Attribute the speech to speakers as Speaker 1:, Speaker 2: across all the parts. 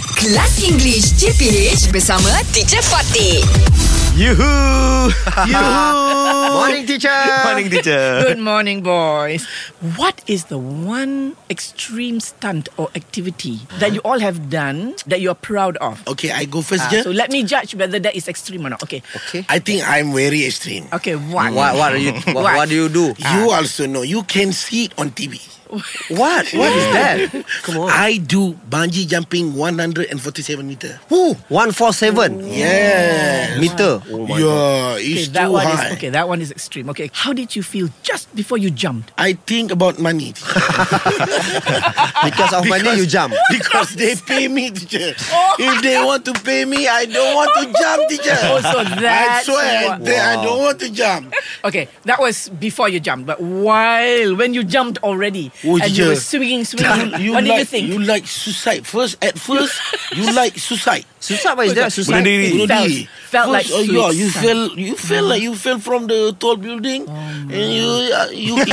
Speaker 1: Kelas English CPH bersama Teacher Fatih.
Speaker 2: Yuhu.
Speaker 3: Morning teacher.
Speaker 2: Morning teacher.
Speaker 4: Good morning, boys. What is the one extreme stunt or activity that you all have done that you are proud of?
Speaker 3: Okay, I go first
Speaker 4: Ah,
Speaker 3: je.
Speaker 4: so let me judge whether that is extreme or not. Okay.
Speaker 3: I think I'm very extreme.
Speaker 4: Okay. One.
Speaker 5: What what are you what, what do you
Speaker 4: Oh.
Speaker 5: do?
Speaker 3: You
Speaker 4: Ah.
Speaker 3: also know. You can see it on TV.
Speaker 5: What? What is that? Come on.
Speaker 3: I do bungee jumping 147 meter.
Speaker 5: Who? 147
Speaker 3: Yeah.
Speaker 5: meter.
Speaker 3: yeah, it's
Speaker 4: Okay, that
Speaker 3: too
Speaker 4: one
Speaker 3: high.
Speaker 4: is okay. That one is extreme. Okay. How did you feel just before you jumped?
Speaker 3: I think about money.
Speaker 5: Because of money you jump.
Speaker 3: because they pay me, teacher. If they want to pay me, I don't want to jump, teacher.
Speaker 4: Oh, so
Speaker 3: I
Speaker 4: that's
Speaker 3: swear,
Speaker 4: what-
Speaker 3: they- I don't want to jump.
Speaker 4: Okay, that was before you jumped, but while when you jumped already
Speaker 3: Oh,
Speaker 4: and you were
Speaker 3: yeah.
Speaker 4: swinging, swinging. what did you
Speaker 3: like,
Speaker 4: think?
Speaker 3: You like suicide first. At first, you like suicide.
Speaker 5: Susah what is that? Susah.
Speaker 2: Bunuh
Speaker 3: Bunuh
Speaker 2: diri.
Speaker 4: Felt-
Speaker 3: diri.
Speaker 4: felt
Speaker 3: First,
Speaker 4: like
Speaker 3: oh, yeah, you
Speaker 4: suicide.
Speaker 3: fell. You fell like you fell from the tall building, and you uh, you.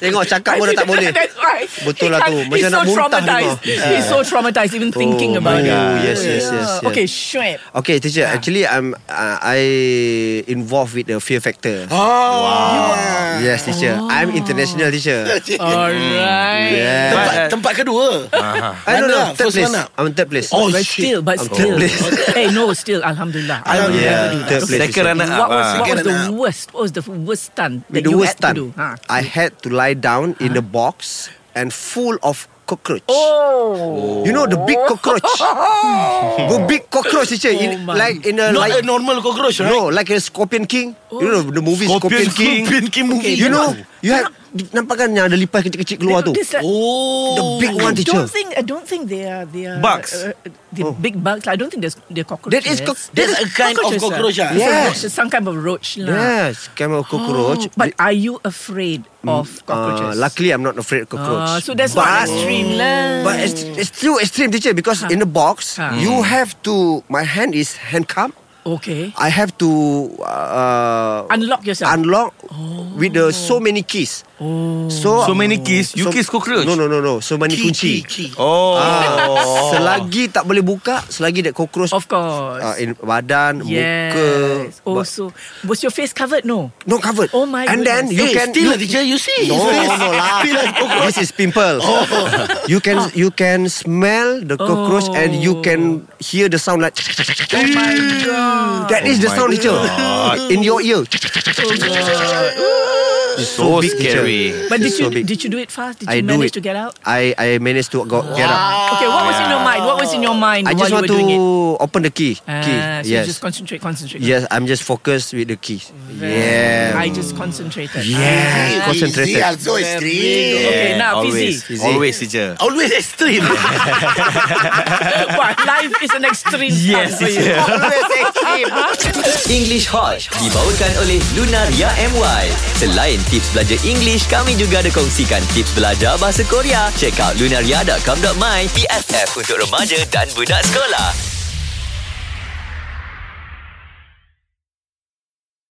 Speaker 5: Tengok cakap pun dah tak boleh.
Speaker 4: That's why.
Speaker 5: Betul lah
Speaker 4: He
Speaker 5: tu.
Speaker 4: can't-
Speaker 5: Macam
Speaker 4: he's
Speaker 5: nak
Speaker 4: so
Speaker 5: muntah
Speaker 4: traumatized.
Speaker 5: tengok.
Speaker 4: He's so traumatized even thinking
Speaker 5: my
Speaker 4: about it.
Speaker 5: God. Yes, yes, yes, yes.
Speaker 4: Okay, Shweb.
Speaker 5: Okay, teacher.
Speaker 4: Ah.
Speaker 5: Actually, I'm uh, I involved with the fear factor.
Speaker 4: Ah.
Speaker 3: oh, wow.
Speaker 5: Yes, teacher.
Speaker 4: Oh.
Speaker 5: I'm international teacher.
Speaker 4: Alright.
Speaker 5: Yeah.
Speaker 4: uh,
Speaker 3: Tempat, tempat kedua.
Speaker 5: I don't know.
Speaker 3: Mana?
Speaker 5: Third
Speaker 3: First
Speaker 5: place.
Speaker 3: mana?
Speaker 5: I'm third place.
Speaker 3: Oh,
Speaker 4: But
Speaker 3: shit.
Speaker 4: still, but still. hey, no, still, Alhamdulillah. I will
Speaker 5: Yeah,
Speaker 4: never do
Speaker 5: third
Speaker 4: that.
Speaker 5: place.
Speaker 2: Second runner up.
Speaker 4: What was,
Speaker 2: ah.
Speaker 4: what was
Speaker 3: Second
Speaker 4: the
Speaker 3: and up.
Speaker 4: worst? What was the worst stunt that
Speaker 5: With the
Speaker 4: you
Speaker 5: uh, worst
Speaker 4: had
Speaker 5: stunt,
Speaker 4: to do? Ah.
Speaker 5: I had to lie down in the box and full of cockroach.
Speaker 4: Oh.
Speaker 5: You know the big cockroach. the big cockroach, teacher.
Speaker 4: Oh
Speaker 5: In,
Speaker 4: my.
Speaker 5: like in a
Speaker 3: Not
Speaker 5: like
Speaker 3: a normal cockroach, right?
Speaker 5: no, like a Scorpion King. You know the movie Scorpion, King.
Speaker 2: Scorpion King movie.
Speaker 5: You know, you had nampak kan yang ada lipas kecil-kecil keluar tu.
Speaker 4: This, like,
Speaker 3: Oh,
Speaker 5: The big
Speaker 4: I
Speaker 5: one, teacher. Oh.
Speaker 4: don't think I don't think they are they are
Speaker 2: Bugs.
Speaker 4: Uh, the big bugs. I don't think there's they're
Speaker 5: That
Speaker 4: cockroaches.
Speaker 5: is cock-
Speaker 3: that is a kind of cockroach, ah.
Speaker 4: It's a
Speaker 5: Yes.
Speaker 4: roach, it's some kind of roach lah.
Speaker 5: Yes, kind of cockroach.
Speaker 4: Oh, but are you afraid of
Speaker 5: uh,
Speaker 4: cockroaches?
Speaker 5: luckily, I'm not afraid of cockroach.
Speaker 4: Ah, so that's not
Speaker 5: but,
Speaker 4: extreme Ah. lah.
Speaker 5: But it's, it's still extreme, teacher, because in the box,
Speaker 4: Huh.
Speaker 5: you have to. My hand is handcuffed.
Speaker 4: okay.
Speaker 5: I have to uh,
Speaker 4: Unlock yourself.
Speaker 5: unlock
Speaker 4: Oh.
Speaker 5: with the so many keys. So,
Speaker 2: So many keys.
Speaker 5: so-
Speaker 2: You kiss cockroach.
Speaker 5: No, no, no, no. So many
Speaker 3: key,
Speaker 5: kunci.
Speaker 3: key, key.
Speaker 2: Oh.
Speaker 5: Ah, selagi tak boleh buka, selagi that cockroach
Speaker 4: of course.
Speaker 5: uh, in badan, muka.
Speaker 4: yes.
Speaker 5: ba-
Speaker 4: Also, was your face covered? No.
Speaker 5: No covered.
Speaker 4: Oh my
Speaker 5: And then
Speaker 4: goodness.
Speaker 5: you
Speaker 3: Hey,
Speaker 5: can
Speaker 3: still,
Speaker 5: you,
Speaker 3: teacher, you see.
Speaker 5: No,
Speaker 3: his
Speaker 5: no,
Speaker 3: face.
Speaker 5: no lah.
Speaker 3: Still a cockroach.
Speaker 5: This is pimple.
Speaker 4: Oh.
Speaker 5: You can you can smell the cockroach and you can hear the sound like.
Speaker 4: Oh my god.
Speaker 5: That is the
Speaker 2: Oh
Speaker 5: sound,
Speaker 2: my
Speaker 5: teacher. In your ear.
Speaker 2: So
Speaker 5: big, teacher.
Speaker 2: scary.
Speaker 4: But did
Speaker 5: It's so
Speaker 4: you
Speaker 5: big.
Speaker 4: did you do it fast? Did
Speaker 5: I
Speaker 4: you
Speaker 5: do
Speaker 4: manage
Speaker 5: it.
Speaker 4: to get out?
Speaker 5: I I managed to go, get up.
Speaker 4: Okay, what was in your mind? What was in your mind
Speaker 5: I
Speaker 4: while
Speaker 5: just
Speaker 4: you were
Speaker 5: want to
Speaker 4: doing it?
Speaker 5: open the key. key.
Speaker 4: Ah, so
Speaker 5: yes.
Speaker 4: you just concentrate, concentrate.
Speaker 5: yes, I'm just focused with the key. Yeah.
Speaker 4: I just concentrated.
Speaker 5: yeah.
Speaker 3: Hey,
Speaker 5: Concentrated.
Speaker 3: They are so extreme.
Speaker 4: Okay, now,
Speaker 2: always,
Speaker 4: Fizi.
Speaker 5: Fizi.
Speaker 2: always teacher.
Speaker 3: Always extreme.
Speaker 4: Wah, life is an extreme
Speaker 2: Yes,
Speaker 4: stunt for you.
Speaker 2: teacher.
Speaker 6: English Hot dibawakan oleh Lunaria MY. Selain tips belajar English, kami juga ada kongsikan tips belajar bahasa Korea. Check out lunaria.com.my PFF untuk remaja dan budak sekolah.